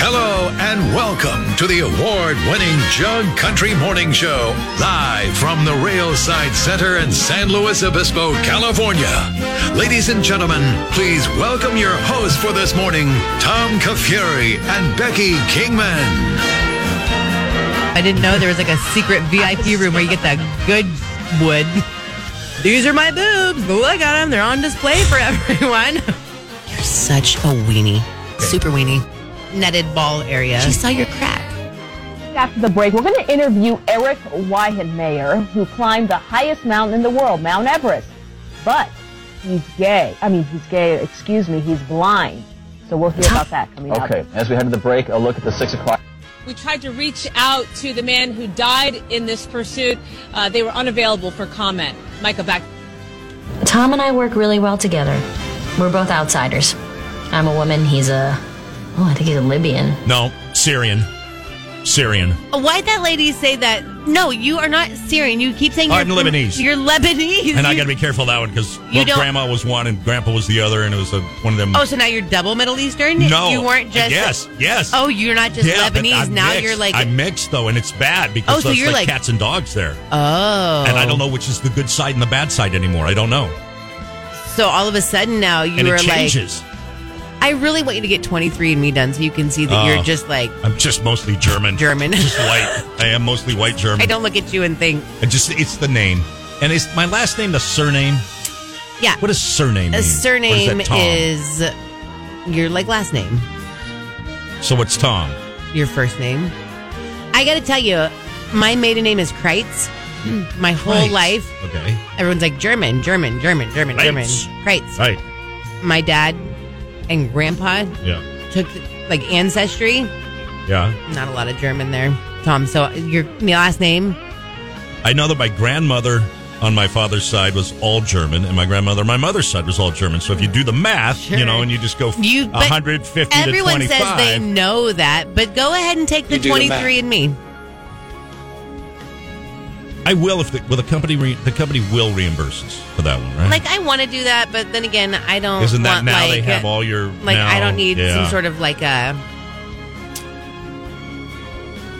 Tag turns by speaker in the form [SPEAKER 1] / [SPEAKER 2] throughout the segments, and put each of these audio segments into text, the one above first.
[SPEAKER 1] Hello and welcome to the award winning Jug Country Morning Show, live from the Railside Center in San Luis Obispo, California. Ladies and gentlemen, please welcome your hosts for this morning, Tom Kafuri and Becky Kingman.
[SPEAKER 2] I didn't know there was like a secret VIP room where you get that good wood. These are my boobs. But look at them. They're on display for everyone. You're such a weenie. Super weenie. Netted ball area.
[SPEAKER 3] She saw your crack.
[SPEAKER 4] After the break, we're going to interview Eric Weihenmayer, who climbed the highest mountain in the world, Mount Everest. But he's gay. I mean, he's gay, excuse me, he's blind. So we'll hear about that coming up.
[SPEAKER 5] Okay, as we head to the break, a look at the six o'clock.
[SPEAKER 6] We tried to reach out to the man who died in this pursuit. Uh, they were unavailable for comment. Michael, back.
[SPEAKER 7] Tom and I work really well together. We're both outsiders. I'm a woman, he's a. Oh, I think he's a Libyan.
[SPEAKER 8] No, Syrian. Syrian.
[SPEAKER 3] Why'd that lady say that? No, you are not Syrian. You keep saying
[SPEAKER 8] I'm
[SPEAKER 3] you're
[SPEAKER 8] Lebanese.
[SPEAKER 3] You're Lebanese.
[SPEAKER 8] And I
[SPEAKER 3] You-
[SPEAKER 8] got to be careful of that one because
[SPEAKER 3] You
[SPEAKER 8] well,
[SPEAKER 3] don't-
[SPEAKER 8] grandma was one and grandpa was the other, and it was a, one of them.
[SPEAKER 3] Oh, so now you're double Middle Eastern?
[SPEAKER 8] no,
[SPEAKER 3] You weren't just.
[SPEAKER 8] Yes, yes.
[SPEAKER 3] Oh, you're not just
[SPEAKER 8] Yeah, but
[SPEAKER 3] Lebanese.
[SPEAKER 8] I'm
[SPEAKER 3] Now
[SPEAKER 8] mixed.
[SPEAKER 3] you're like.
[SPEAKER 8] I'm mixed though, and it's bad because
[SPEAKER 3] Oh, so
[SPEAKER 8] there's
[SPEAKER 3] you're like-
[SPEAKER 8] cats and dogs there,
[SPEAKER 3] oh.
[SPEAKER 8] and I don't know which is the good side and the bad side anymore. I don't know,
[SPEAKER 3] So all of a sudden now you
[SPEAKER 8] and
[SPEAKER 3] are
[SPEAKER 8] it
[SPEAKER 3] like.
[SPEAKER 8] changes.
[SPEAKER 3] I really want you to get 23andMe done so you can see that you're
[SPEAKER 8] Oh.
[SPEAKER 3] just like
[SPEAKER 8] I'm just mostly German.
[SPEAKER 3] German.
[SPEAKER 8] just white. I am mostly white German.
[SPEAKER 3] I don't look at you and think.
[SPEAKER 8] I just it's the name, and it's my last name. The surname.
[SPEAKER 3] Yeah.
[SPEAKER 8] What does surname?
[SPEAKER 3] a
[SPEAKER 8] mean?
[SPEAKER 3] surname
[SPEAKER 8] Or is, that Tom?
[SPEAKER 3] is your like last name,
[SPEAKER 8] so. It's Tom.
[SPEAKER 3] your first name. I got to tell you, my maiden name is Kreitz.
[SPEAKER 8] Hmm.
[SPEAKER 3] My whole
[SPEAKER 8] Right.
[SPEAKER 3] life,
[SPEAKER 8] Okay.
[SPEAKER 3] everyone's like German, German, German, German, German.
[SPEAKER 8] Kreitz.
[SPEAKER 3] Kreitz.
[SPEAKER 8] Right.
[SPEAKER 3] My dad and grandpa
[SPEAKER 8] Yeah.
[SPEAKER 3] took like ancestry.
[SPEAKER 8] Yeah.
[SPEAKER 3] Not a lot of German there, Tom. So your my last name,
[SPEAKER 8] I know that my grandmother on my father's side was all German, and my grandmother on my mother's side was all German. So if you do the math, you
[SPEAKER 3] Sure.
[SPEAKER 8] know, and you just go
[SPEAKER 3] You- but
[SPEAKER 8] 150
[SPEAKER 3] everyone
[SPEAKER 8] to 25.
[SPEAKER 3] says they know that, but go ahead and take the
[SPEAKER 5] You do the
[SPEAKER 3] twenty
[SPEAKER 5] math.
[SPEAKER 3] three and me.
[SPEAKER 8] I will if the, well, the company re, the company will reimburse us for that one, right?
[SPEAKER 3] Like I want to do that, but then again, I don't.
[SPEAKER 8] Isn't that
[SPEAKER 3] want,
[SPEAKER 8] now
[SPEAKER 3] like,
[SPEAKER 8] they have all your
[SPEAKER 3] Like
[SPEAKER 8] now-
[SPEAKER 3] I don't need
[SPEAKER 8] yeah.
[SPEAKER 3] some sort of like a.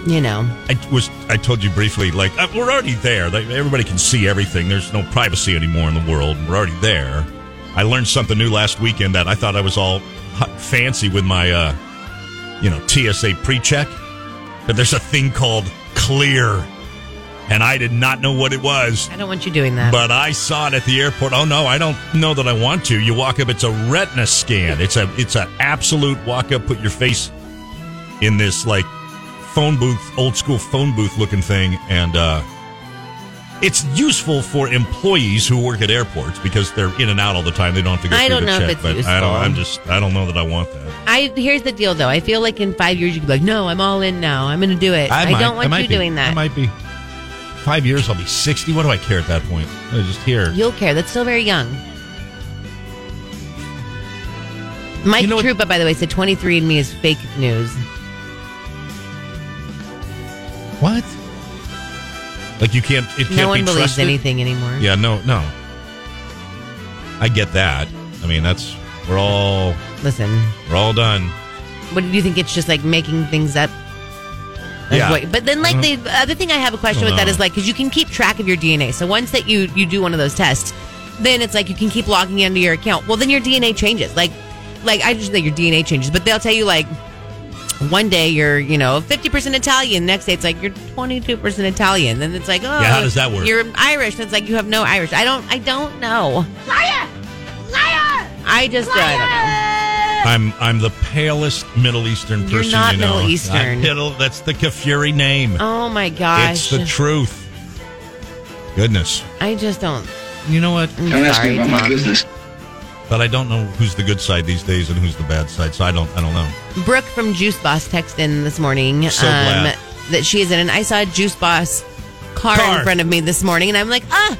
[SPEAKER 3] You know,
[SPEAKER 8] I was I told you briefly like uh, we're already there. Like, everybody can see everything. There's no privacy anymore in the world. We're already there. I learned something new last weekend that I thought I was all hot and fancy with my uh you know TSA pre-check, but there's a thing called clear, and I did not know what it was.
[SPEAKER 3] I don't want you doing that.
[SPEAKER 8] But I saw it at the airport. Oh no, I don't know that I want to. You walk up, it's a retina scan. It's a it's an absolute walk up, put your face in this like phone booth, old school phone booth looking thing, and uh it's useful for employees who work at airports because they're in and out all the time. They don't have to go
[SPEAKER 3] I
[SPEAKER 8] through
[SPEAKER 3] don't
[SPEAKER 8] the
[SPEAKER 3] know if
[SPEAKER 8] check.
[SPEAKER 3] it's
[SPEAKER 8] but I
[SPEAKER 3] useful.
[SPEAKER 8] don't I'm just I don't know that I want that.
[SPEAKER 3] I here's the deal though. I feel like in five years you could be like, no, I'm all in now. I'm going to do it. I, don't want you doing that.
[SPEAKER 8] I might be five years, I'll be sixty. What do I care at that point? I just here.
[SPEAKER 3] You'll care. That's still very young. Mike
[SPEAKER 8] You know what-
[SPEAKER 3] Trupa, by the way, said 23 and me is fake news.
[SPEAKER 8] What? Like you can't. It can't
[SPEAKER 3] No one
[SPEAKER 8] be
[SPEAKER 3] believes
[SPEAKER 8] trusted?
[SPEAKER 3] anything anymore.
[SPEAKER 8] Yeah. No. No. I get that. I mean, that's we're all
[SPEAKER 3] Listen,
[SPEAKER 8] we're all done.
[SPEAKER 3] What do you think? It's just like making things up. That's
[SPEAKER 8] Yeah. Mm-hmm.
[SPEAKER 3] what- but then, like the other thing, I have a question with that is like because you can keep track of your DNA. So once that you you do one of those tests, then it's like you can keep logging into your account. Well, then your DNA changes. Like, like I just think your DNA changes, but they'll tell you like one day you're you know fifty percent Italian, next day it's like you're twenty two percent Italian, then it's like oh
[SPEAKER 8] Yeah, how does that work?
[SPEAKER 3] You're Irish, then it's like you have no Irish. I don't I don't know. Liar, liar. I just I don't know.
[SPEAKER 8] I'm I'm the palest Middle Eastern
[SPEAKER 3] You're
[SPEAKER 8] person.
[SPEAKER 3] not
[SPEAKER 8] you know.
[SPEAKER 3] Middle Eastern.
[SPEAKER 8] I'm middle, that's the Kafuri name.
[SPEAKER 3] Oh my gosh.
[SPEAKER 8] it's the truth. Goodness.
[SPEAKER 3] I just don't.
[SPEAKER 8] You know what?
[SPEAKER 3] I'm
[SPEAKER 5] Don't ask
[SPEAKER 3] sorry,
[SPEAKER 5] me about my
[SPEAKER 3] Tom.
[SPEAKER 5] business.
[SPEAKER 8] But I don't know who's the good side these days and who's the bad side. So I don't I don't know.
[SPEAKER 3] Brooke from Juice Boss texted in this morning um,
[SPEAKER 8] So glad.
[SPEAKER 3] that she is in, and I saw a Juice Boss car,
[SPEAKER 8] Car.
[SPEAKER 3] in front of me this morning, and I'm like, ah,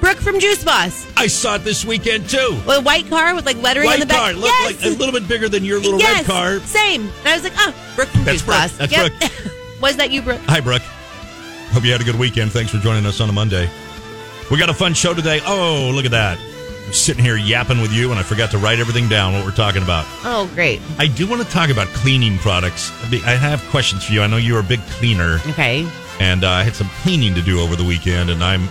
[SPEAKER 3] Brooke from Juice Boss.
[SPEAKER 8] I saw it this weekend too.
[SPEAKER 3] A white car with like lettering on
[SPEAKER 8] White
[SPEAKER 3] the back.
[SPEAKER 8] car looked
[SPEAKER 3] yes!
[SPEAKER 8] like a little bit bigger than your little
[SPEAKER 3] yes,
[SPEAKER 8] red car.
[SPEAKER 3] Same. And I was like, oh, Brooke from Juice
[SPEAKER 8] That's Brooke.
[SPEAKER 3] Boss.
[SPEAKER 8] That's
[SPEAKER 3] was that you, Brooke?
[SPEAKER 8] Hi, Brooke. Hope you had a good weekend. Thanks for joining us on a Monday. We got a fun show today. Oh, look at that. I'm sitting here yapping with you, and I forgot to write everything down what we're talking about.
[SPEAKER 3] Oh, great.
[SPEAKER 8] I do want to talk about cleaning products. I be- I have questions for you. I know you're a big cleaner,
[SPEAKER 3] Okay.
[SPEAKER 8] and uh, I had some cleaning to do over the weekend, and I'm.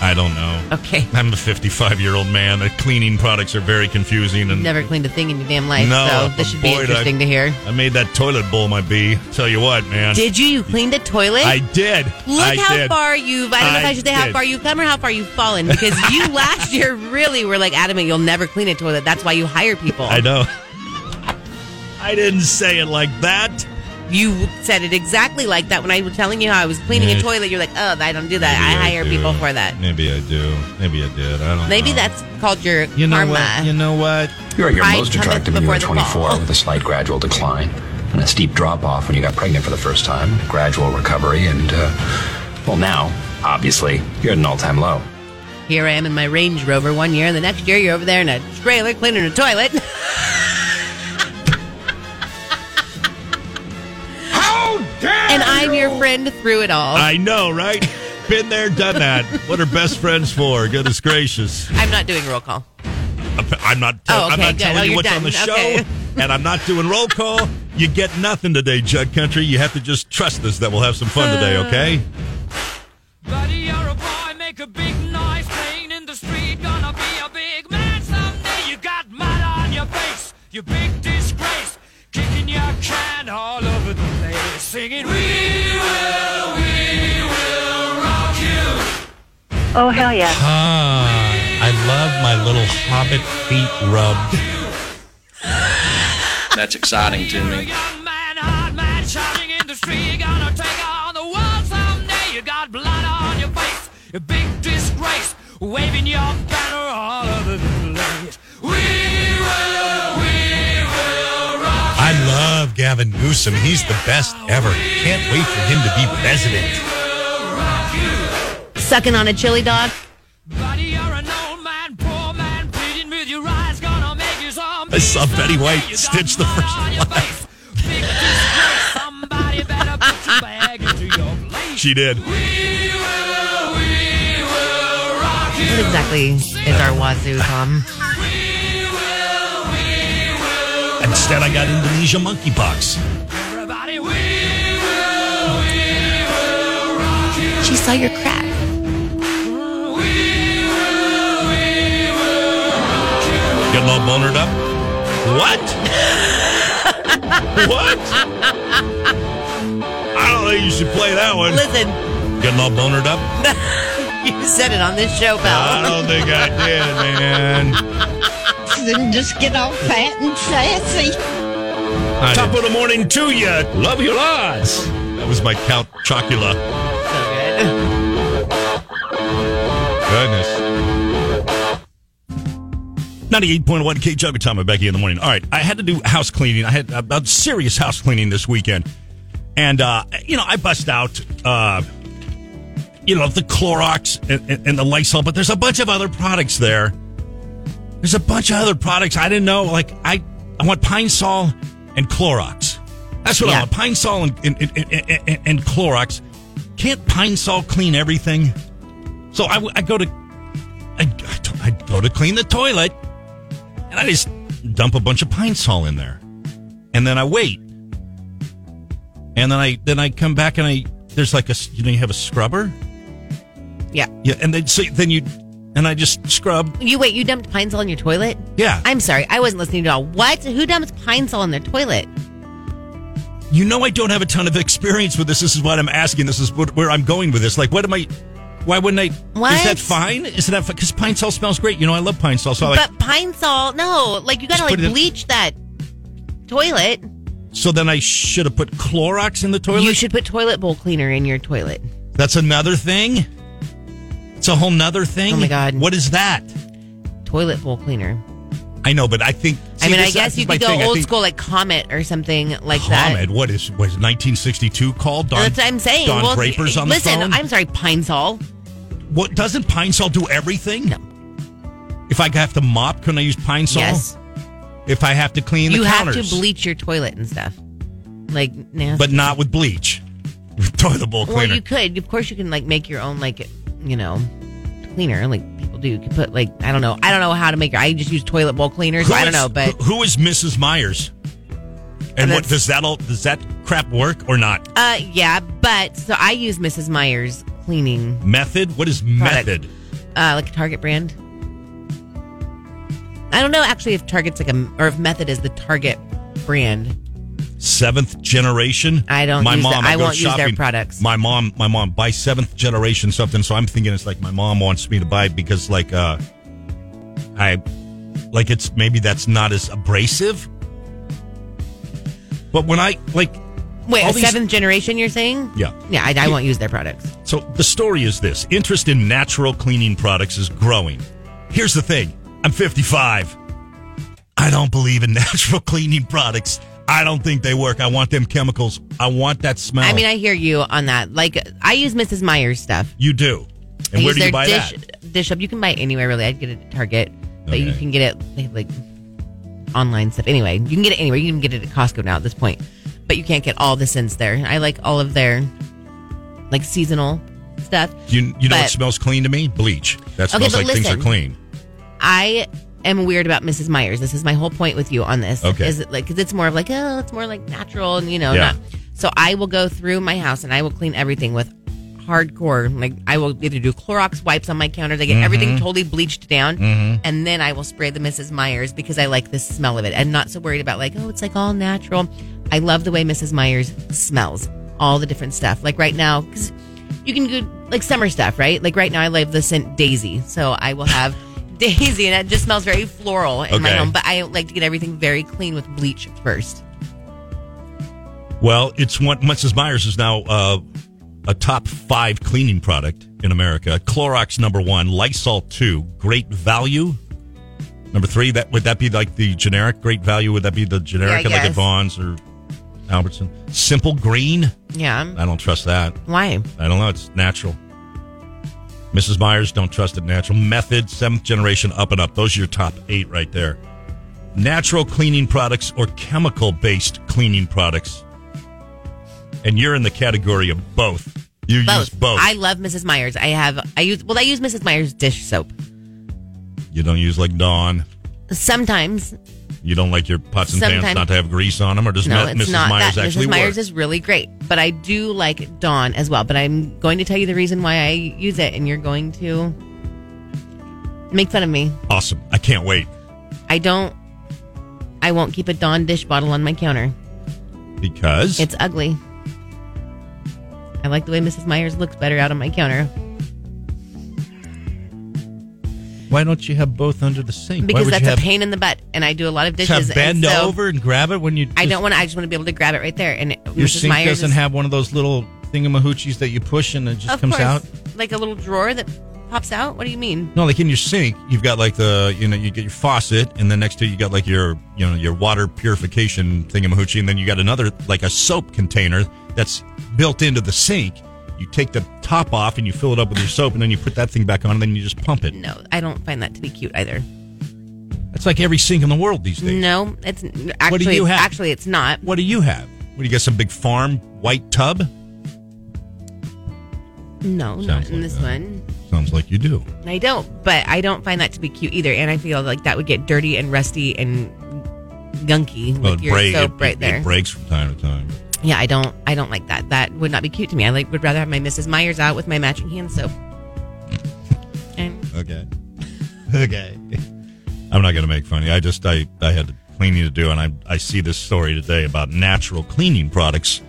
[SPEAKER 8] I don't know.
[SPEAKER 3] Okay.
[SPEAKER 8] I'm a 55 year old man. The cleaning products are very confusing, and
[SPEAKER 3] Never cleaned a thing in your damn life,
[SPEAKER 8] No,
[SPEAKER 3] so this should be
[SPEAKER 8] boy, did I-
[SPEAKER 3] interesting to hear.
[SPEAKER 8] I made that toilet bowl my bee. Tell you what, man.
[SPEAKER 3] Did you? You cleaned a toilet?
[SPEAKER 8] I did.
[SPEAKER 3] Look
[SPEAKER 8] I
[SPEAKER 3] how
[SPEAKER 8] did.
[SPEAKER 3] far you've. I don't know if
[SPEAKER 8] I
[SPEAKER 3] I should say how
[SPEAKER 8] did.
[SPEAKER 3] far you've come or how far you've fallen because you last year really were like adamant you'll never clean a toilet. That's why you hire people.
[SPEAKER 8] I know. I didn't say it like that.
[SPEAKER 3] You said it exactly like that when I was telling you how I was cleaning
[SPEAKER 8] Yeah.
[SPEAKER 3] a toilet. You're like, oh, I don't do that. I hire people for that.
[SPEAKER 8] Maybe I do. Maybe I did. I don't.
[SPEAKER 3] Maybe
[SPEAKER 8] know.
[SPEAKER 3] that's called your
[SPEAKER 8] You know
[SPEAKER 3] karma.
[SPEAKER 8] what? You know what?
[SPEAKER 9] You're at your
[SPEAKER 3] Pride
[SPEAKER 9] most
[SPEAKER 3] cometh
[SPEAKER 9] attractive when you
[SPEAKER 3] before
[SPEAKER 9] were
[SPEAKER 3] the fall.
[SPEAKER 9] 24, with a slight gradual decline, and a steep drop off when you got pregnant for the first time, gradual recovery, and, uh, well, now, obviously, you're at an all time low.
[SPEAKER 3] Here I am in my Range Rover one year, and the next year you're over there in a trailer cleaning a toilet.
[SPEAKER 9] How dare
[SPEAKER 3] And I'm your friend through it all.
[SPEAKER 8] I know, right? Been there, done that. What are best friends for? Goodness gracious!
[SPEAKER 3] I'm not doing roll call.
[SPEAKER 8] I'm- I'm not. Tell,
[SPEAKER 3] Oh, okay,
[SPEAKER 8] I'm not
[SPEAKER 3] good.
[SPEAKER 8] telling
[SPEAKER 3] Oh,
[SPEAKER 8] you
[SPEAKER 3] you're
[SPEAKER 8] what's on the
[SPEAKER 3] done.
[SPEAKER 8] show,
[SPEAKER 3] Okay.
[SPEAKER 8] and I'm not doing roll call. You get nothing today, Jug Country. You have to just trust us that we'll have some fun today. Okay?
[SPEAKER 10] Buddy, you're a boy, make a big noise, playing in the street, gonna be a big man someday. You got mud on your face, you big disgrace, kicking your can all over the place, singing, We will, we will rock you.
[SPEAKER 4] Oh, hell yeah.
[SPEAKER 8] Ah, I love my little hobbit feet rubbed.
[SPEAKER 9] That's exciting to
[SPEAKER 10] You're a young man, hard man, shouting in the street, gonna take on the world someday. You got blood on your face, a big disgrace, waving your banner all over the place. We will, we will rock.
[SPEAKER 8] I love Gavin Newsom. He's the best ever. Can't wait for him to be president.
[SPEAKER 3] Sucking on a chili dog.
[SPEAKER 10] Buddy, you're an old man, poor man, pleading with your eyes, gonna make you zombie.
[SPEAKER 8] I saw Betty White
[SPEAKER 10] You got
[SPEAKER 8] stitch the
[SPEAKER 10] mud
[SPEAKER 8] first
[SPEAKER 10] on your
[SPEAKER 8] line.
[SPEAKER 10] face. Big disgrace, somebody better put your bag into your place.
[SPEAKER 8] She did.
[SPEAKER 10] We will, we will rock you.
[SPEAKER 3] What exactly is our wazoo, Tom?
[SPEAKER 8] Instead, I got Indonesia monkeypox.
[SPEAKER 10] Everybody, we will, we will rock you.
[SPEAKER 7] She saw your crack.
[SPEAKER 8] Getting all bonered up. What? what? I don't think you should play that one.
[SPEAKER 3] Listen,
[SPEAKER 8] Getting all bonered up.
[SPEAKER 3] you said it on this show, pal.
[SPEAKER 8] I don't think I did, man.
[SPEAKER 11] and just get all fat and sassy.
[SPEAKER 8] Top of the morning to you. Love your odds. That was my Count Chocula. Goodness. 98.1 K Jugger Time with Becky in the morning. All right, I had to do house cleaning. I had a, a serious house cleaning this weekend. And, uh, you know, I bust out, uh, you know, the Clorox and, and, and the Lysol, but there's a bunch of other products there. There's a bunch of other products I didn't know. Like, I, I want Pine Sol and Clorox. That's what I
[SPEAKER 3] Yeah.
[SPEAKER 8] want. Pine Sol and, and, and, and, and- and Clorox. Can't Pine Sol clean everything? So I, w- I go to I, I t- I go to clean the toilet, and I just dump a bunch of Pine Sol in there, and then I wait, and then I then I come back and I there's like a s- you know you have a scrubber,
[SPEAKER 3] Yeah.
[SPEAKER 8] yeah, and then so then you and I just scrub,
[SPEAKER 3] You wait, you dumped pine Sol in your toilet?
[SPEAKER 8] yeah.
[SPEAKER 3] I'm sorry, I wasn't listening to all. What? Who dumps pine Sol in their toilet?
[SPEAKER 8] you know I don't have a ton of experience with this. This is what I'm asking. This is what, where I'm going with this. Like, what am I? Why wouldn't I? Is
[SPEAKER 3] What?
[SPEAKER 8] that fine? Is that because Pine Sol smells great? You know I love Pine Sol, so I like
[SPEAKER 3] but pine Sol, no. Like, you gotta,
[SPEAKER 8] Just
[SPEAKER 3] like,
[SPEAKER 8] put it in-
[SPEAKER 3] bleach that toilet.
[SPEAKER 8] So then I should have put Clorox in the toilet.
[SPEAKER 3] You should put toilet bowl cleaner in your toilet.
[SPEAKER 8] That's another thing. It's a whole nother thing.
[SPEAKER 3] Oh, my God.
[SPEAKER 8] What is that?
[SPEAKER 3] Toilet bowl cleaner.
[SPEAKER 8] I know, but I think.
[SPEAKER 3] I
[SPEAKER 8] see,
[SPEAKER 3] mean,
[SPEAKER 8] this-
[SPEAKER 3] I guess
[SPEAKER 8] this
[SPEAKER 3] you
[SPEAKER 8] is my
[SPEAKER 3] could go
[SPEAKER 8] thing. I
[SPEAKER 3] old
[SPEAKER 8] think
[SPEAKER 3] school, like Comet or something like that.
[SPEAKER 8] Comet. What is was 1962 called? Don,
[SPEAKER 3] That's what I'm saying.
[SPEAKER 8] Don
[SPEAKER 3] Well,
[SPEAKER 8] Draper's on
[SPEAKER 3] listen,
[SPEAKER 8] the phone.
[SPEAKER 3] I'm sorry, pine Sol.
[SPEAKER 8] What doesn't Pine Sol do everything? No. If I have to mop, couldn't I use Pine Sol?
[SPEAKER 3] Yes.
[SPEAKER 8] If I have to clean the
[SPEAKER 3] you
[SPEAKER 8] counters,
[SPEAKER 3] have to bleach your toilet and stuff. Like, nasty.
[SPEAKER 8] but not with bleach. With toilet bowl
[SPEAKER 3] Well,
[SPEAKER 8] cleaner.
[SPEAKER 3] you could. Of course, you can like make your own like you know cleaner, like people do. You can put like I don't know. I don't know how to make. I just use toilet bowl cleaners.
[SPEAKER 8] Who
[SPEAKER 3] I don't
[SPEAKER 8] is-
[SPEAKER 3] know, but
[SPEAKER 8] who- who is Mrs. Myers? And what does that all does that crap work or not?
[SPEAKER 3] uh, yeah. But so I use Mrs. Myers cleaning,
[SPEAKER 8] Method? What is
[SPEAKER 3] Product.
[SPEAKER 8] method?
[SPEAKER 3] uh, like a Target brand. I don't know actually if Target's like a or if Method is the Target brand.
[SPEAKER 8] Seventh generation.
[SPEAKER 3] I don't
[SPEAKER 8] My
[SPEAKER 3] use
[SPEAKER 8] mom.
[SPEAKER 3] that-
[SPEAKER 8] I,
[SPEAKER 3] I
[SPEAKER 8] go
[SPEAKER 3] won't use their
[SPEAKER 8] shopping.
[SPEAKER 3] products.
[SPEAKER 8] My mom. My mom buy seventh generation something. So I'm thinking it's like my mom wants me to buy because like uh, I like it's maybe that's not as abrasive. But when I like
[SPEAKER 3] Wait,
[SPEAKER 8] all
[SPEAKER 3] a
[SPEAKER 8] these-
[SPEAKER 3] seventh generation? You're saying?
[SPEAKER 8] Yeah.
[SPEAKER 3] Yeah, I, I won't use their products.
[SPEAKER 8] So the story is this interest in natural cleaning products is growing. Here's the thing I'm 55. I don't believe in natural cleaning products. I don't think they work. I want them chemicals. I want that smell.
[SPEAKER 3] I mean, I hear you on that. Like, I use Mrs. Myers stuff.
[SPEAKER 8] you do. And
[SPEAKER 3] I
[SPEAKER 8] where
[SPEAKER 3] use
[SPEAKER 8] do you
[SPEAKER 3] their
[SPEAKER 8] buy
[SPEAKER 3] dish,
[SPEAKER 8] that?
[SPEAKER 3] Dish up. You can buy it anywhere, really. I'd get it at Target, but you
[SPEAKER 8] Okay.
[SPEAKER 3] can get it they have, like online stuff. Anyway, you can get it anywhere. You can get it at Costco now at this point, but you can't get all the scents there. I like all of their like seasonal stuff.
[SPEAKER 8] You, you know what
[SPEAKER 3] But-
[SPEAKER 8] smells clean to me? Bleach. That
[SPEAKER 3] Okay,
[SPEAKER 8] smells
[SPEAKER 3] but
[SPEAKER 8] like things
[SPEAKER 3] listen.
[SPEAKER 8] are clean.
[SPEAKER 3] I am weird about Mrs. Myers. This is my whole point with you on this.
[SPEAKER 8] Okay.
[SPEAKER 3] Is it like, cause it's more of like, oh, it's more like natural and, you know,
[SPEAKER 8] Yeah.
[SPEAKER 3] not. So I will go through my house and I will clean everything with hardcore. Like, I will either do Clorox wipes on my counters. I get everything
[SPEAKER 12] Mhm.
[SPEAKER 3] totally bleached down.
[SPEAKER 12] Mhm.
[SPEAKER 3] And then I will spray the Mrs. Myers because I like the smell of it. I'm not so worried about like, oh, it's like all natural. I love the way Mrs. Myers smells, all the different stuff. Like right now, because you can do like summer stuff, right? Like right now, I love the scent Daisy, so I will have Daisy, and it just smells very floral in my
[SPEAKER 8] Okay.
[SPEAKER 3] home. But I like to get everything very clean with bleach first.
[SPEAKER 8] Well, it's one. Mrs. Myers is now uh, a top five cleaning product in America. Clorox number one, Lysol two, Great Value number three. That would that be like the generic Great Value? Would that be the generic
[SPEAKER 3] Yeah, I
[SPEAKER 8] like at
[SPEAKER 3] guess.
[SPEAKER 8] Vaughn's or Albertson? Simple Green.
[SPEAKER 3] Yeah.
[SPEAKER 8] I don't trust that.
[SPEAKER 3] Why?
[SPEAKER 8] I don't know. It's natural. Mrs. Myers, don't trust it. Natural method, seventh generation, up and up. Those are your top eight right there. Natural cleaning products or chemical based cleaning products. And you're in the category of both. You use both.
[SPEAKER 3] I love Mrs. Myers. I have. I use. Well, I use Mrs. Myers dish soap
[SPEAKER 8] you don't use like Dawn.
[SPEAKER 3] sometimes.
[SPEAKER 8] You don't like your pots and pans
[SPEAKER 3] Sometimes-
[SPEAKER 8] not to have grease on them, or does
[SPEAKER 3] no,
[SPEAKER 8] Ma-
[SPEAKER 3] it's
[SPEAKER 8] Mrs.
[SPEAKER 3] not
[SPEAKER 8] Myers
[SPEAKER 3] that.
[SPEAKER 8] actually
[SPEAKER 3] Mrs. Myers
[SPEAKER 8] work?
[SPEAKER 3] is really great, but I do like Dawn as well. But I'm going to tell you the reason why I use it, and you're going to make fun of me.
[SPEAKER 8] awesome. I can't wait
[SPEAKER 3] I don't. I won't keep a Dawn dish bottle on my counter.
[SPEAKER 8] because
[SPEAKER 3] It's ugly. I like the way Mrs. Myers looks better out on my counter
[SPEAKER 8] why don't you have both under the sink?
[SPEAKER 3] because that's a pain in the butt, and I do a lot of dishes.
[SPEAKER 8] To bend
[SPEAKER 3] and so
[SPEAKER 8] over and grab it when you.
[SPEAKER 3] I
[SPEAKER 8] just-
[SPEAKER 3] don't want. to I just want to be able to grab it right there. And
[SPEAKER 13] Your
[SPEAKER 3] Mrs.
[SPEAKER 13] sink
[SPEAKER 3] Myers
[SPEAKER 13] doesn't
[SPEAKER 3] is,
[SPEAKER 13] have one of those little thingamahoochies that you push and it just
[SPEAKER 3] of
[SPEAKER 13] comes
[SPEAKER 3] course,
[SPEAKER 13] out.
[SPEAKER 3] like a little drawer that pops out. What do you mean?
[SPEAKER 8] No, like in your sink, you've got like the you know you get your faucet, and then next to it you got like your you know your water purification thingamahoochie, and then you got another like a soap container that's built into the sink. You take the top off and you fill it up with your soap, and then you put that thing back on, and then you just pump it.
[SPEAKER 3] No, I don't find that to be cute either.
[SPEAKER 8] That's like every sink in the world these days.
[SPEAKER 3] No, it's actually
[SPEAKER 8] what do you have?
[SPEAKER 3] actually it's not.
[SPEAKER 8] What do you have? What do you got? Some big farm white tub?
[SPEAKER 3] No,
[SPEAKER 8] Sounds
[SPEAKER 3] not in
[SPEAKER 8] like
[SPEAKER 3] this
[SPEAKER 8] that.
[SPEAKER 3] one.
[SPEAKER 8] Sounds like you do.
[SPEAKER 3] I don't, but I don't find that to be cute either. And I feel like that would get dirty and rusty and gunky with
[SPEAKER 8] Well, it
[SPEAKER 3] your
[SPEAKER 8] break-
[SPEAKER 3] soap
[SPEAKER 8] it-
[SPEAKER 3] right
[SPEAKER 8] it-
[SPEAKER 3] there.
[SPEAKER 8] It breaks from time to time.
[SPEAKER 3] Yeah, I don't. I don't like that. That would not be cute to me. I like would rather have my Mrs. Myers out with my matching hand soap. And
[SPEAKER 8] Okay. okay. I'm not going to make fun of you. I just I I had cleaning to do, and I I see this story today about natural cleaning products.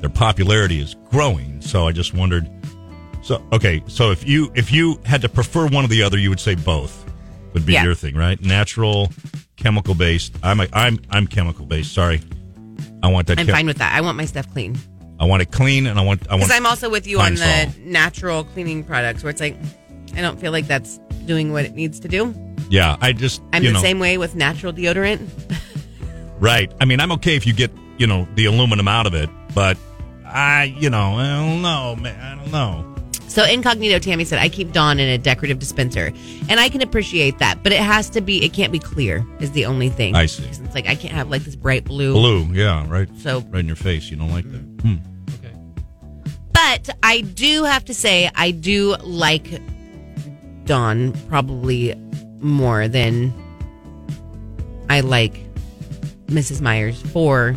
[SPEAKER 8] Their popularity is growing, so I just wondered. So okay, so if you if you had to prefer one or the other, you would say both would be
[SPEAKER 3] Yeah.
[SPEAKER 8] your thing, right? Natural, chemical based. I'm a, I'm I'm chemical based. Sorry, I want that.
[SPEAKER 3] I'm
[SPEAKER 8] chem-
[SPEAKER 3] fine with that. I want my stuff clean
[SPEAKER 8] I want it clean, and I want I
[SPEAKER 3] because
[SPEAKER 8] want.
[SPEAKER 3] I'm also with you on
[SPEAKER 8] Pine
[SPEAKER 3] the natural cleaning products, where it's like I don't feel like that's doing what it needs to do.
[SPEAKER 8] yeah, I just
[SPEAKER 3] I'm
[SPEAKER 8] you
[SPEAKER 3] the
[SPEAKER 8] know,
[SPEAKER 3] same way with natural deodorant.
[SPEAKER 8] Right. I mean, I'm okay if you get, you know, the aluminum out of it, but I, you know, I don't know, man. I don't know.
[SPEAKER 3] So incognito, Tammy said, I keep Dawn in a decorative dispenser, and I can appreciate that, but it has to be. It can't be clear. Is the only thing.
[SPEAKER 8] I see.
[SPEAKER 3] It's like I can't have like this bright blue.
[SPEAKER 8] Blue, yeah, right.
[SPEAKER 3] So-
[SPEAKER 8] right in your face. You don't like that. Hmm.
[SPEAKER 3] But I do have to say, I do like Dawn probably more than I like Mrs. Myers for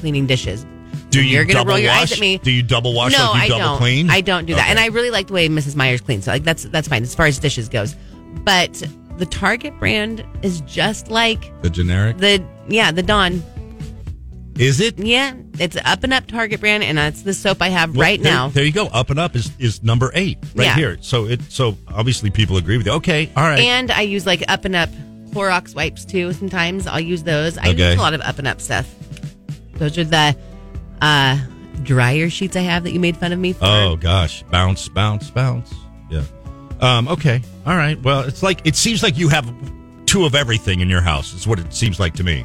[SPEAKER 3] cleaning dishes.
[SPEAKER 8] Do you
[SPEAKER 3] You're gonna
[SPEAKER 8] double
[SPEAKER 3] roll your
[SPEAKER 8] wash?
[SPEAKER 3] eyes at me.
[SPEAKER 8] Do you double wash?
[SPEAKER 3] no,
[SPEAKER 8] like Oh, you
[SPEAKER 3] I
[SPEAKER 8] double
[SPEAKER 3] don't.
[SPEAKER 8] clean?
[SPEAKER 3] I don't do that, and
[SPEAKER 8] Okay.
[SPEAKER 3] I really like the way Mrs. Myers cleans. So like that's that's fine as far as dishes goes. But the Target brand is just like
[SPEAKER 8] the generic.
[SPEAKER 3] the yeah the Dawn.
[SPEAKER 8] Is it
[SPEAKER 3] Yeah, it's a up and up Target brand, and that's the soap I have
[SPEAKER 8] Well,
[SPEAKER 3] right
[SPEAKER 8] there-
[SPEAKER 3] now.
[SPEAKER 8] There you go. Up and up is is number eight right
[SPEAKER 3] Yeah.
[SPEAKER 8] here. So it so obviously people agree with you. Okay, all right.
[SPEAKER 3] And I use like up and up Clorox wipes too. Sometimes I'll use those. I
[SPEAKER 8] Okay.
[SPEAKER 3] use a lot of up and up stuff. Those are the uh, dryer sheets I have that you made fun of me for.
[SPEAKER 8] oh gosh, bounce, bounce, bounce. Yeah. Um. Okay. All right. Well, it's like it seems like you have two of everything in your house. Is what it seems like to me.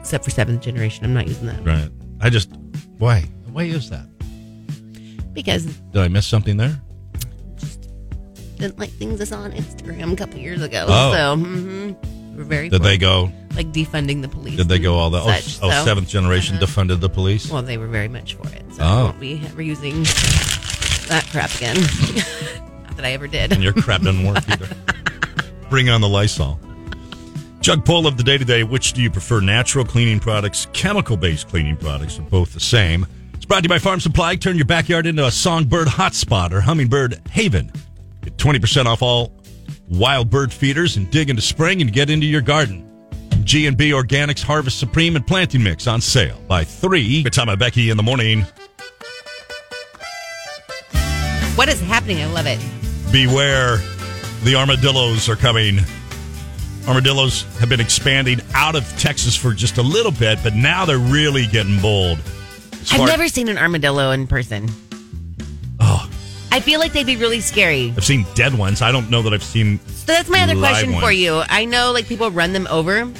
[SPEAKER 3] Except for seventh generation, I'm not using that
[SPEAKER 8] Right. I just why why is that?
[SPEAKER 3] because
[SPEAKER 8] Did I miss something there?
[SPEAKER 3] didn't like things that's on Instagram a couple years ago.
[SPEAKER 8] Oh.
[SPEAKER 3] So mm-hmm. we're very
[SPEAKER 8] Did they
[SPEAKER 3] for,
[SPEAKER 8] go?
[SPEAKER 3] like defunding the police?
[SPEAKER 8] Did they go all the oh,
[SPEAKER 3] Such,
[SPEAKER 8] oh,
[SPEAKER 3] so- Mm-hmm.
[SPEAKER 8] seventh generation defunded the police?
[SPEAKER 3] Well, they were very much for it. So
[SPEAKER 8] Oh.
[SPEAKER 3] I won't be ever using that crap again. Not that I ever did.
[SPEAKER 8] and your crap doesn't work either. Bring on the Lysol. Jug poll of the day today. Which do you prefer, natural cleaning products, chemical based cleaning products, or both the same? It's brought to you by Farm Supply. Turn your backyard into a songbird hotspot or hummingbird haven. Get 20% off all wild bird feeders and dig into spring and get into your garden. G&B Organics Harvest Supreme and Planting Mix on sale by 3. Good time at Becky in the morning.
[SPEAKER 3] What is happening? I love it.
[SPEAKER 8] beware the armadillos are coming armadillos have been expanding out of texas for just a little bit but now they're really getting bold As
[SPEAKER 3] I've
[SPEAKER 8] far-
[SPEAKER 3] never seen an armadillo in person.
[SPEAKER 8] Oh.
[SPEAKER 3] I feel like they'd be really scary.
[SPEAKER 8] i've seen dead ones i don't know that i've seen
[SPEAKER 3] So that's my other
[SPEAKER 8] live
[SPEAKER 3] question
[SPEAKER 8] ones.
[SPEAKER 3] for you. I know like people run them over.
[SPEAKER 8] Yeah.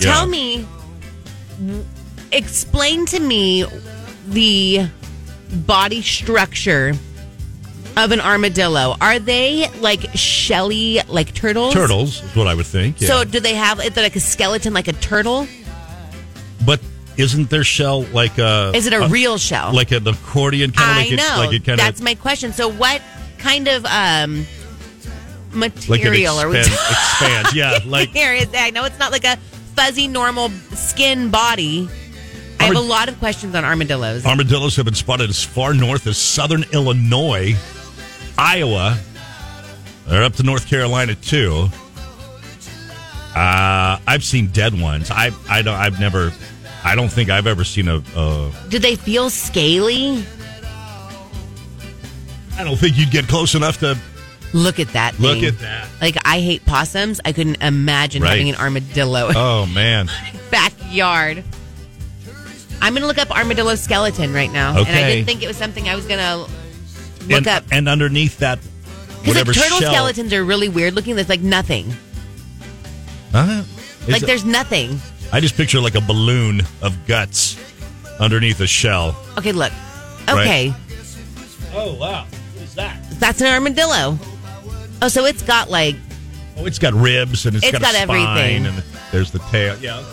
[SPEAKER 3] Tell me explain to me the body structure of an armadillo. Are they like shelly like turtles?
[SPEAKER 8] turtles is what i would think yeah.
[SPEAKER 3] So do they have is it like a skeleton like a turtle?
[SPEAKER 8] but isn't their shell like a
[SPEAKER 3] Is it a real shell?
[SPEAKER 8] Uh, like an accordion kind of
[SPEAKER 3] I
[SPEAKER 8] like it's
[SPEAKER 3] know.
[SPEAKER 8] like it kind
[SPEAKER 3] That's
[SPEAKER 8] of
[SPEAKER 3] my question. So what kind of um
[SPEAKER 8] like it
[SPEAKER 3] material are we
[SPEAKER 8] expands, expands yeah like
[SPEAKER 3] Here is- I know it's not like a fuzzy normal skin body. I have a lot of questions on armadillos.
[SPEAKER 8] Armadillos have been spotted as far north as southern Illinois, Iowa. They're up to North Carolina too. Uh, I've seen dead ones. I I don't. I've never. I don't think I've ever seen a. a
[SPEAKER 3] Do they feel scaly?
[SPEAKER 8] I don't think you'd get close enough to
[SPEAKER 3] Look at that.
[SPEAKER 8] look
[SPEAKER 3] thing.
[SPEAKER 8] at that.
[SPEAKER 3] Like I hate possums. I couldn't imagine
[SPEAKER 8] Right.
[SPEAKER 3] having an armadillo in
[SPEAKER 8] Oh man.
[SPEAKER 3] my backyard. I'm gonna look up armadillo skeleton right now, and I
[SPEAKER 8] Okay.
[SPEAKER 3] didn't think it was something I was gonna look
[SPEAKER 8] And,
[SPEAKER 3] up
[SPEAKER 8] and underneath that,
[SPEAKER 3] because
[SPEAKER 8] whatever
[SPEAKER 3] like turtle
[SPEAKER 8] shell.
[SPEAKER 3] skeletons are really weird looking. There's like nothing.
[SPEAKER 8] Huh? Is
[SPEAKER 3] like
[SPEAKER 8] it-
[SPEAKER 3] there's nothing.
[SPEAKER 8] I just picture like a balloon of guts underneath a shell.
[SPEAKER 3] Okay, look.
[SPEAKER 8] Right.
[SPEAKER 3] Okay,
[SPEAKER 8] Oh wow! What is that?
[SPEAKER 3] that's an armadillo. Oh, so it's got like
[SPEAKER 8] Oh, it's got ribs and
[SPEAKER 3] It's
[SPEAKER 8] got,
[SPEAKER 3] got
[SPEAKER 8] a spine
[SPEAKER 3] everything.
[SPEAKER 8] and there's the tail. Yeah.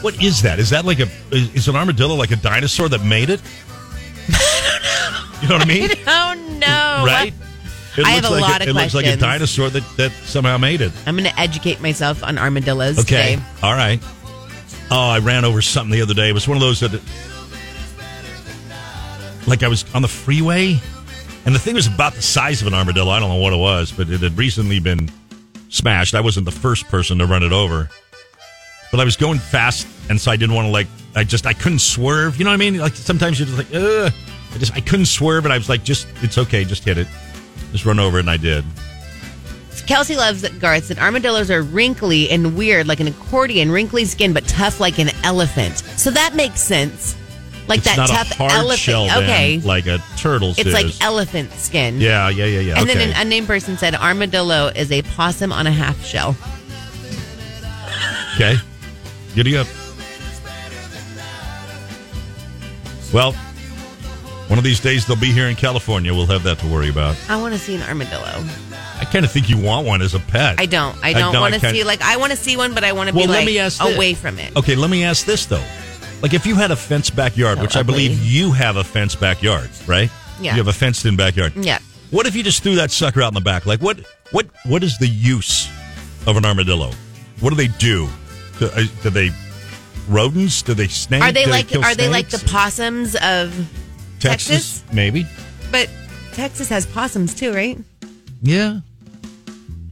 [SPEAKER 8] What is that? Is that like a is, is an armadillo like a dinosaur that made it? you know what I mean?
[SPEAKER 3] I don't know.
[SPEAKER 8] right? It
[SPEAKER 3] I have
[SPEAKER 8] looks
[SPEAKER 3] a
[SPEAKER 8] like
[SPEAKER 3] lot
[SPEAKER 8] it,
[SPEAKER 3] of
[SPEAKER 8] it looks like a
[SPEAKER 3] questions.
[SPEAKER 8] dinosaur that that somehow made it.
[SPEAKER 3] I'm going to educate myself on armadillos
[SPEAKER 8] Okay.
[SPEAKER 3] today.
[SPEAKER 8] All right. Oh, I ran over something the other day. It was one of those that, like, I was on the freeway, and the thing was about the size of an armadillo. I don't know what it was, but it had recently been smashed. I wasn't the first person to run it over, but I was going fast, and so I didn't want to like. I just I couldn't swerve. You know what I mean? Like sometimes you're just like, ugh. I just I couldn't swerve, and I was like, just it's okay, just hit it, just run over, it, and I did.
[SPEAKER 3] Kelsey loves that Garth said armadillos are wrinkly and weird, like an accordion, wrinkly skin, but tough like an elephant. So that makes sense. Like
[SPEAKER 8] It's
[SPEAKER 3] that
[SPEAKER 8] not
[SPEAKER 3] tough
[SPEAKER 8] a hard
[SPEAKER 3] elephant.
[SPEAKER 8] shell, then,
[SPEAKER 3] okay.
[SPEAKER 8] like a turtle's.
[SPEAKER 3] it's like
[SPEAKER 8] is.
[SPEAKER 3] elephant skin.
[SPEAKER 8] Yeah, yeah, yeah, yeah.
[SPEAKER 3] And
[SPEAKER 8] okay.
[SPEAKER 3] then an unnamed person said armadillo is a possum on a half shell.
[SPEAKER 8] Okay. Giddy up. Well, One of these days they'll be here in California. We'll have that to worry about.
[SPEAKER 3] I want to see an armadillo.
[SPEAKER 8] I kind of think you want one as a pet.
[SPEAKER 3] I don't. I don't want to
[SPEAKER 8] kinda-
[SPEAKER 3] see like I want to see one, but I want to
[SPEAKER 8] Well,
[SPEAKER 3] be
[SPEAKER 8] let
[SPEAKER 3] like
[SPEAKER 8] me ask this.
[SPEAKER 3] away from it.
[SPEAKER 8] Okay, let me ask this though. Like if you had a fenced backyard,
[SPEAKER 3] So
[SPEAKER 8] which I believe you have a fenced backyard, right?
[SPEAKER 3] Oh, Yeah.
[SPEAKER 8] You have a fenced in backyard.
[SPEAKER 3] Yeah.
[SPEAKER 8] What if you just threw that sucker out in the back? Like what what what is the use of an armadillo? What do they do? Do, uh, do they rodents? Do they snake?
[SPEAKER 3] Are they
[SPEAKER 8] do
[SPEAKER 3] like
[SPEAKER 8] kill
[SPEAKER 3] are they like the
[SPEAKER 8] snakes?
[SPEAKER 3] possums of Texas?
[SPEAKER 13] Maybe.
[SPEAKER 3] But Texas has possums too, right?
[SPEAKER 13] Yeah.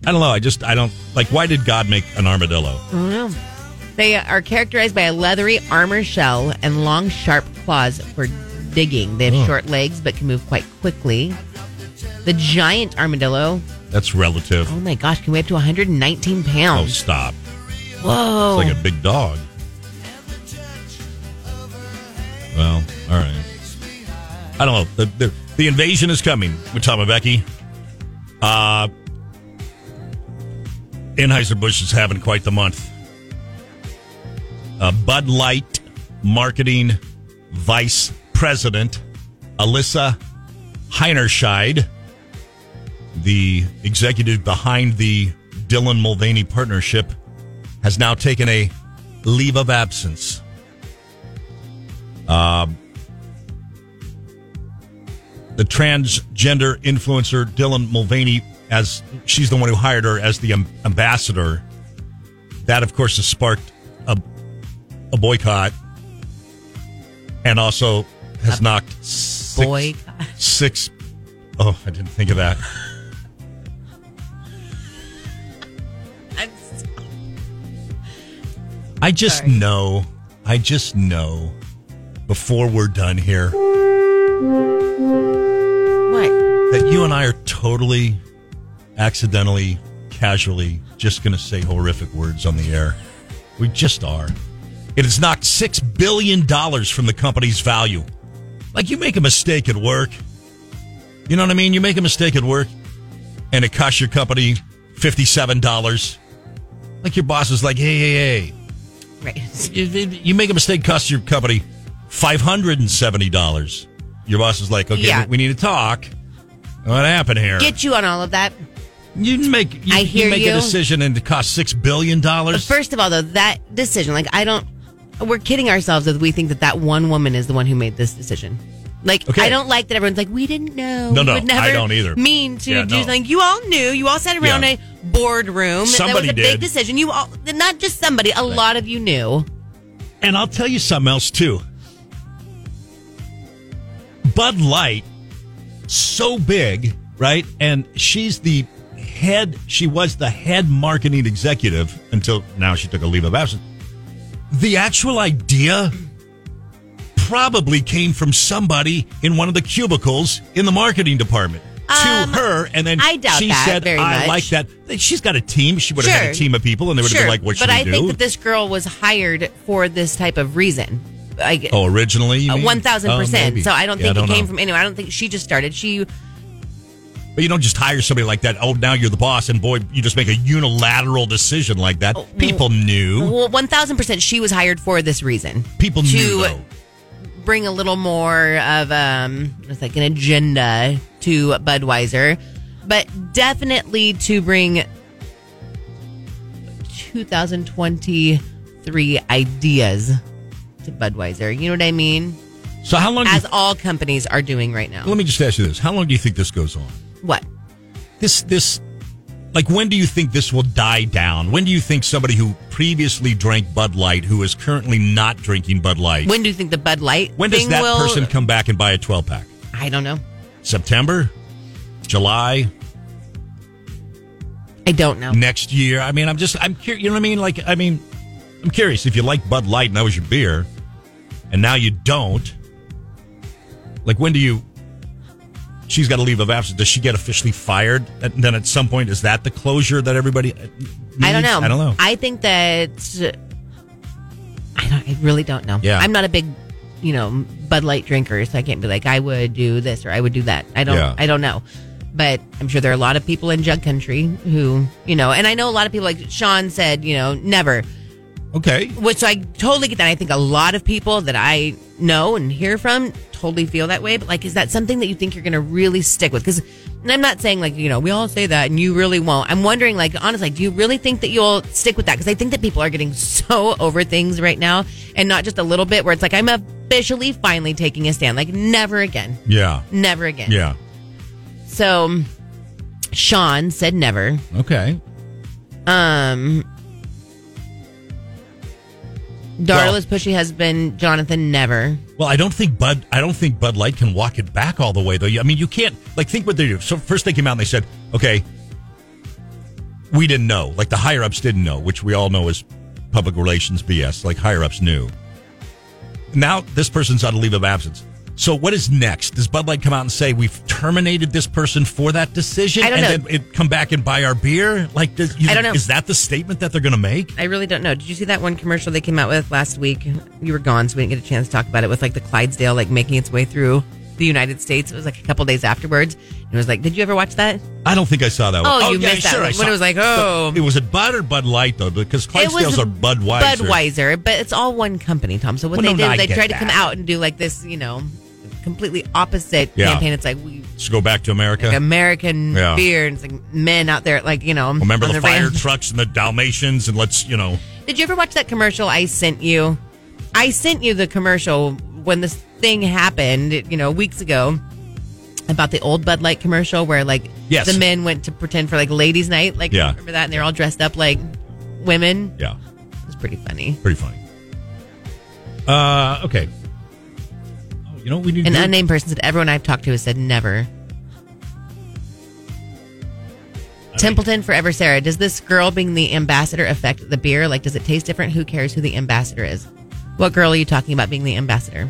[SPEAKER 8] I don't know. I just I don't like why did God make an armadillo?
[SPEAKER 3] I don't know. They are characterized by a leathery armor shell and long, sharp claws for digging. They have
[SPEAKER 8] Oh.
[SPEAKER 3] short legs but can move quite quickly. The giant armadillo.
[SPEAKER 8] That's relative.
[SPEAKER 3] Oh my gosh, can weigh up to 119 pounds.
[SPEAKER 8] Oh, stop.
[SPEAKER 3] Whoa.
[SPEAKER 8] It's like a big dog. Well, all right. I don't know. The, the, the invasion is coming with Tom and Becky. Uh, Anheuser-Busch is having quite the month. Uh, Bud Light marketing vice president Alyssa Heinerscheid, the executive behind the Dylan Mulvaney partnership, has now taken a leave of absence. Um, the transgender influencer Dylan Mulvaney, as she's the one who hired her as the am- ambassador. That, of course, has sparked a, a boycott and also has knocked six, six. Oh, I didn't think of that.
[SPEAKER 3] I'm
[SPEAKER 8] I just know. I just know. Before we're done here,
[SPEAKER 3] What?
[SPEAKER 8] that you and I are totally, accidentally, casually just going to say horrific words on the air. We just are. It has knocked six billion dollars from the company's value. Like you make a mistake at work, you know what I mean. You make a mistake at work, and it costs your company fifty-seven dollars. Like your boss is like, hey, hey, hey,
[SPEAKER 3] Right.
[SPEAKER 8] you, you make a mistake, costs your company five hundred and seventy dollars. Your boss is like, okay,
[SPEAKER 3] Yeah.
[SPEAKER 8] we need to talk. What happened here?
[SPEAKER 3] Get you on all of that.
[SPEAKER 8] you make you,
[SPEAKER 3] I hear
[SPEAKER 8] you make
[SPEAKER 3] you.
[SPEAKER 8] a decision and it costs six billion dollars.
[SPEAKER 3] First of all, though, that decision, like, I don't, we're kidding ourselves if we think that that one woman is the one who made this decision. Like,
[SPEAKER 8] Okay.
[SPEAKER 3] I don't like that everyone's like, we didn't know.
[SPEAKER 8] No,
[SPEAKER 3] We
[SPEAKER 8] no,
[SPEAKER 3] would never
[SPEAKER 8] I don't either.
[SPEAKER 3] Mean to
[SPEAKER 8] Yeah,
[SPEAKER 3] do
[SPEAKER 8] no.
[SPEAKER 3] something. You all knew. You all sat around
[SPEAKER 8] Yeah.
[SPEAKER 3] a boardroom.
[SPEAKER 8] Somebody
[SPEAKER 3] that was a big
[SPEAKER 8] did.
[SPEAKER 3] decision. You all, not just somebody, a lot of you knew.
[SPEAKER 8] And I'll tell you something else too. Bud Light, so big, right? And she's the head. She was the head marketing executive until now. She took a leave of absence. The actual idea probably came from somebody in one of the cubicles in the marketing department.
[SPEAKER 3] Um,
[SPEAKER 8] to her, and then
[SPEAKER 3] I doubt
[SPEAKER 8] she
[SPEAKER 3] that
[SPEAKER 8] said,
[SPEAKER 3] very
[SPEAKER 8] "I
[SPEAKER 3] much.
[SPEAKER 8] like that." She's got a team. She would have had
[SPEAKER 3] Sure.
[SPEAKER 8] a team of people, and they would have
[SPEAKER 3] Sure,
[SPEAKER 8] been like, "What should
[SPEAKER 3] But
[SPEAKER 8] we
[SPEAKER 3] I
[SPEAKER 8] do?"
[SPEAKER 3] think that this girl was hired for this type of reason. Like,
[SPEAKER 8] Oh, originally, you mean?
[SPEAKER 3] Uh, one thousand
[SPEAKER 8] Oh,
[SPEAKER 3] percent.
[SPEAKER 8] maybe.
[SPEAKER 3] So I don't
[SPEAKER 8] Yeah,
[SPEAKER 3] think it came
[SPEAKER 8] know.
[SPEAKER 3] from anywhere. I don't think she just started. She
[SPEAKER 8] But you don't just hire somebody like that. Oh, now you're the boss, and boy, you just make a unilateral decision like that.
[SPEAKER 3] Oh,
[SPEAKER 8] People knew.
[SPEAKER 3] Well, one thousand percent, she was hired for this reason.
[SPEAKER 8] People
[SPEAKER 3] to
[SPEAKER 8] knew, though.
[SPEAKER 3] bring a little more of um, it's like an agenda to Budweiser, but definitely to bring 2023 ideas to Budweiser. You know what I mean?
[SPEAKER 8] So how long? do you-
[SPEAKER 3] As all companies are doing right now.
[SPEAKER 8] let me just ask you this: How long do you think this goes on?
[SPEAKER 3] What?
[SPEAKER 8] This, this, like, when do you think this will die down? When do you think somebody who previously drank Bud Light, who is currently not drinking Bud Light,
[SPEAKER 3] When do you think the Bud Light?
[SPEAKER 8] when does
[SPEAKER 3] thing
[SPEAKER 8] that
[SPEAKER 3] will-
[SPEAKER 8] person come back and buy a 12 pack?
[SPEAKER 3] I don't know.
[SPEAKER 8] September, July,
[SPEAKER 3] I don't know.
[SPEAKER 8] next year. I mean, I'm just, I'm curious. You know what I mean? Like, I mean, I'm curious if you like Bud Light and that was your beer, and now you don't. Like, when do you? She's got to leave of absence. Does she get officially fired? And then at some point, is that the closure that everybody? uh,
[SPEAKER 3] I don't
[SPEAKER 8] needs?
[SPEAKER 3] know.
[SPEAKER 8] I don't know.
[SPEAKER 3] I think that I don't. I really don't know.
[SPEAKER 8] Yeah.
[SPEAKER 3] I'm not a big, you know, Bud Light drinker, so I can't be like I would do this or I would do that. I don't.
[SPEAKER 12] Yeah.
[SPEAKER 3] I don't know. But I'm sure there are a lot of people in Jug Country who, you know, and I know a lot of people like Sean said, you know, never.
[SPEAKER 13] Okay.
[SPEAKER 3] Which so I totally get that. I think a lot of people that I know and hear from totally feel that way. But like, is that something that you think you're going to really stick with? Because I'm not saying like you know we all say that and you really won't. I'm wondering like honestly, do you really think that you'll stick with that? Because I think that people are getting so over things right now, and not just a little bit. Where it's like I'm officially finally taking a stand. Like never again,
[SPEAKER 8] Yeah.
[SPEAKER 3] never again.
[SPEAKER 8] Yeah.
[SPEAKER 3] So Sean said never.
[SPEAKER 13] Okay.
[SPEAKER 3] Um, Darla's pushy husband, Jonathan, never.
[SPEAKER 8] Well, I don't think Bud. I don't think Bud Light can walk it back all the way, though. I mean, you can't. Like, think what they do. So first they came out and they said, "Okay, we didn't know." Like the higher ups didn't know, which we all know is public relations BS. Like higher ups knew. Now this person's on a leave of absence. So what is next? Does Bud Light come out and say we've terminated this person for that decision,
[SPEAKER 3] I don't
[SPEAKER 8] and
[SPEAKER 3] know.
[SPEAKER 8] then it come back and buy our beer? Like, does, you,
[SPEAKER 3] I don't know.
[SPEAKER 8] Is that the statement that they're going to make?
[SPEAKER 3] I really don't know. Did you see that one commercial they came out with last week? You were gone, so we didn't get a chance to talk about it. With like the Clydesdale like making its way through the United States. It was like a couple days afterwards. It was like, did you ever watch that?
[SPEAKER 8] I don't think I saw that one.
[SPEAKER 3] Oh, you missed that
[SPEAKER 8] sure,
[SPEAKER 3] one.
[SPEAKER 8] I
[SPEAKER 3] When
[SPEAKER 8] saw
[SPEAKER 3] it was like, oh.
[SPEAKER 8] It was it Bud or Bud Light, though? Because
[SPEAKER 3] It was
[SPEAKER 8] Clydesdales are Budweiser.
[SPEAKER 3] Budweiser, but it's all one company, Tom. So what
[SPEAKER 8] Well,
[SPEAKER 3] they
[SPEAKER 8] no,
[SPEAKER 3] did
[SPEAKER 8] no, I
[SPEAKER 3] is they
[SPEAKER 8] get
[SPEAKER 3] tried to
[SPEAKER 8] that.
[SPEAKER 3] come out and do like this, you know, completely opposite
[SPEAKER 8] Yeah.
[SPEAKER 3] campaign. It's like we
[SPEAKER 8] Let's go back to America.
[SPEAKER 3] like American
[SPEAKER 8] Yeah.
[SPEAKER 3] beer, and it's like men out there, like you know,
[SPEAKER 8] Remember
[SPEAKER 3] on
[SPEAKER 8] the
[SPEAKER 3] ranch.
[SPEAKER 8] fire trucks and the Dalmatians, and let's, you know.
[SPEAKER 3] Did you ever watch that commercial I sent you? I sent you the commercial when this thing happened, you know, weeks ago about the old Bud Light commercial where like
[SPEAKER 8] Yes.
[SPEAKER 3] the men went to pretend for like ladies' night. Like
[SPEAKER 8] Yeah.
[SPEAKER 3] remember that? And they're all dressed up like women.
[SPEAKER 8] Yeah.
[SPEAKER 3] It was pretty funny.
[SPEAKER 8] Pretty funny. Uh, okay. Oh, you know what we need to
[SPEAKER 3] An
[SPEAKER 8] do?
[SPEAKER 3] unnamed person said everyone I've talked to has said never. Templeton Forever Sarah, does this girl being the ambassador affect the beer? Like, does it taste different? Who cares who the ambassador is? What girl are you talking about being the ambassador?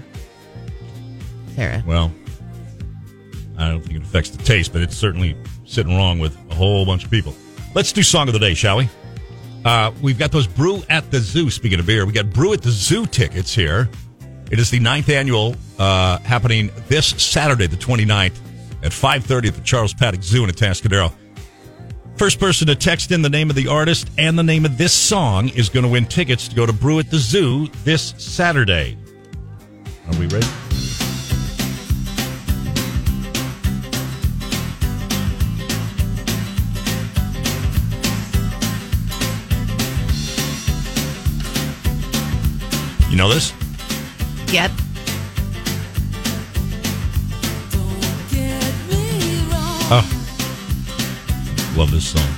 [SPEAKER 3] Sarah.
[SPEAKER 8] Well, I don't think it affects the taste, but it's certainly sitting wrong with a whole bunch of people. Let's do song of the day, shall we? Uh, we've got those Brew at the Zoo. Speaking of beer, we got Brew at the Zoo tickets here. It is the ninth annual uh, happening this Saturday, the 29th, at 5.30 at the Charles Paddock Zoo in Atascadero. First person to text in the name of the artist and the name of this song is going to win tickets to go to Brew at the Zoo this Saturday. Are we ready? You know this?
[SPEAKER 3] Yep.
[SPEAKER 8] Oh. Love this song.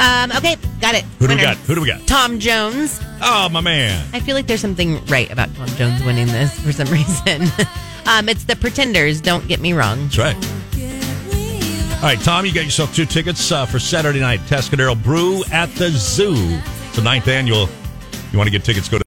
[SPEAKER 3] Um, okay, got it.
[SPEAKER 8] Who do we
[SPEAKER 3] Winner.
[SPEAKER 8] got? Who do we got?
[SPEAKER 3] Tom Jones.
[SPEAKER 8] Oh, my man.
[SPEAKER 3] I feel like there's something right about Tom Jones winning this for some reason. um, it's the Pretenders, don't get me wrong.
[SPEAKER 8] That's right. All right, Tom, you got yourself two tickets uh, for Saturday night, Tascadero Brew at the Zoo. It's the ninth annual. You want to get tickets, go to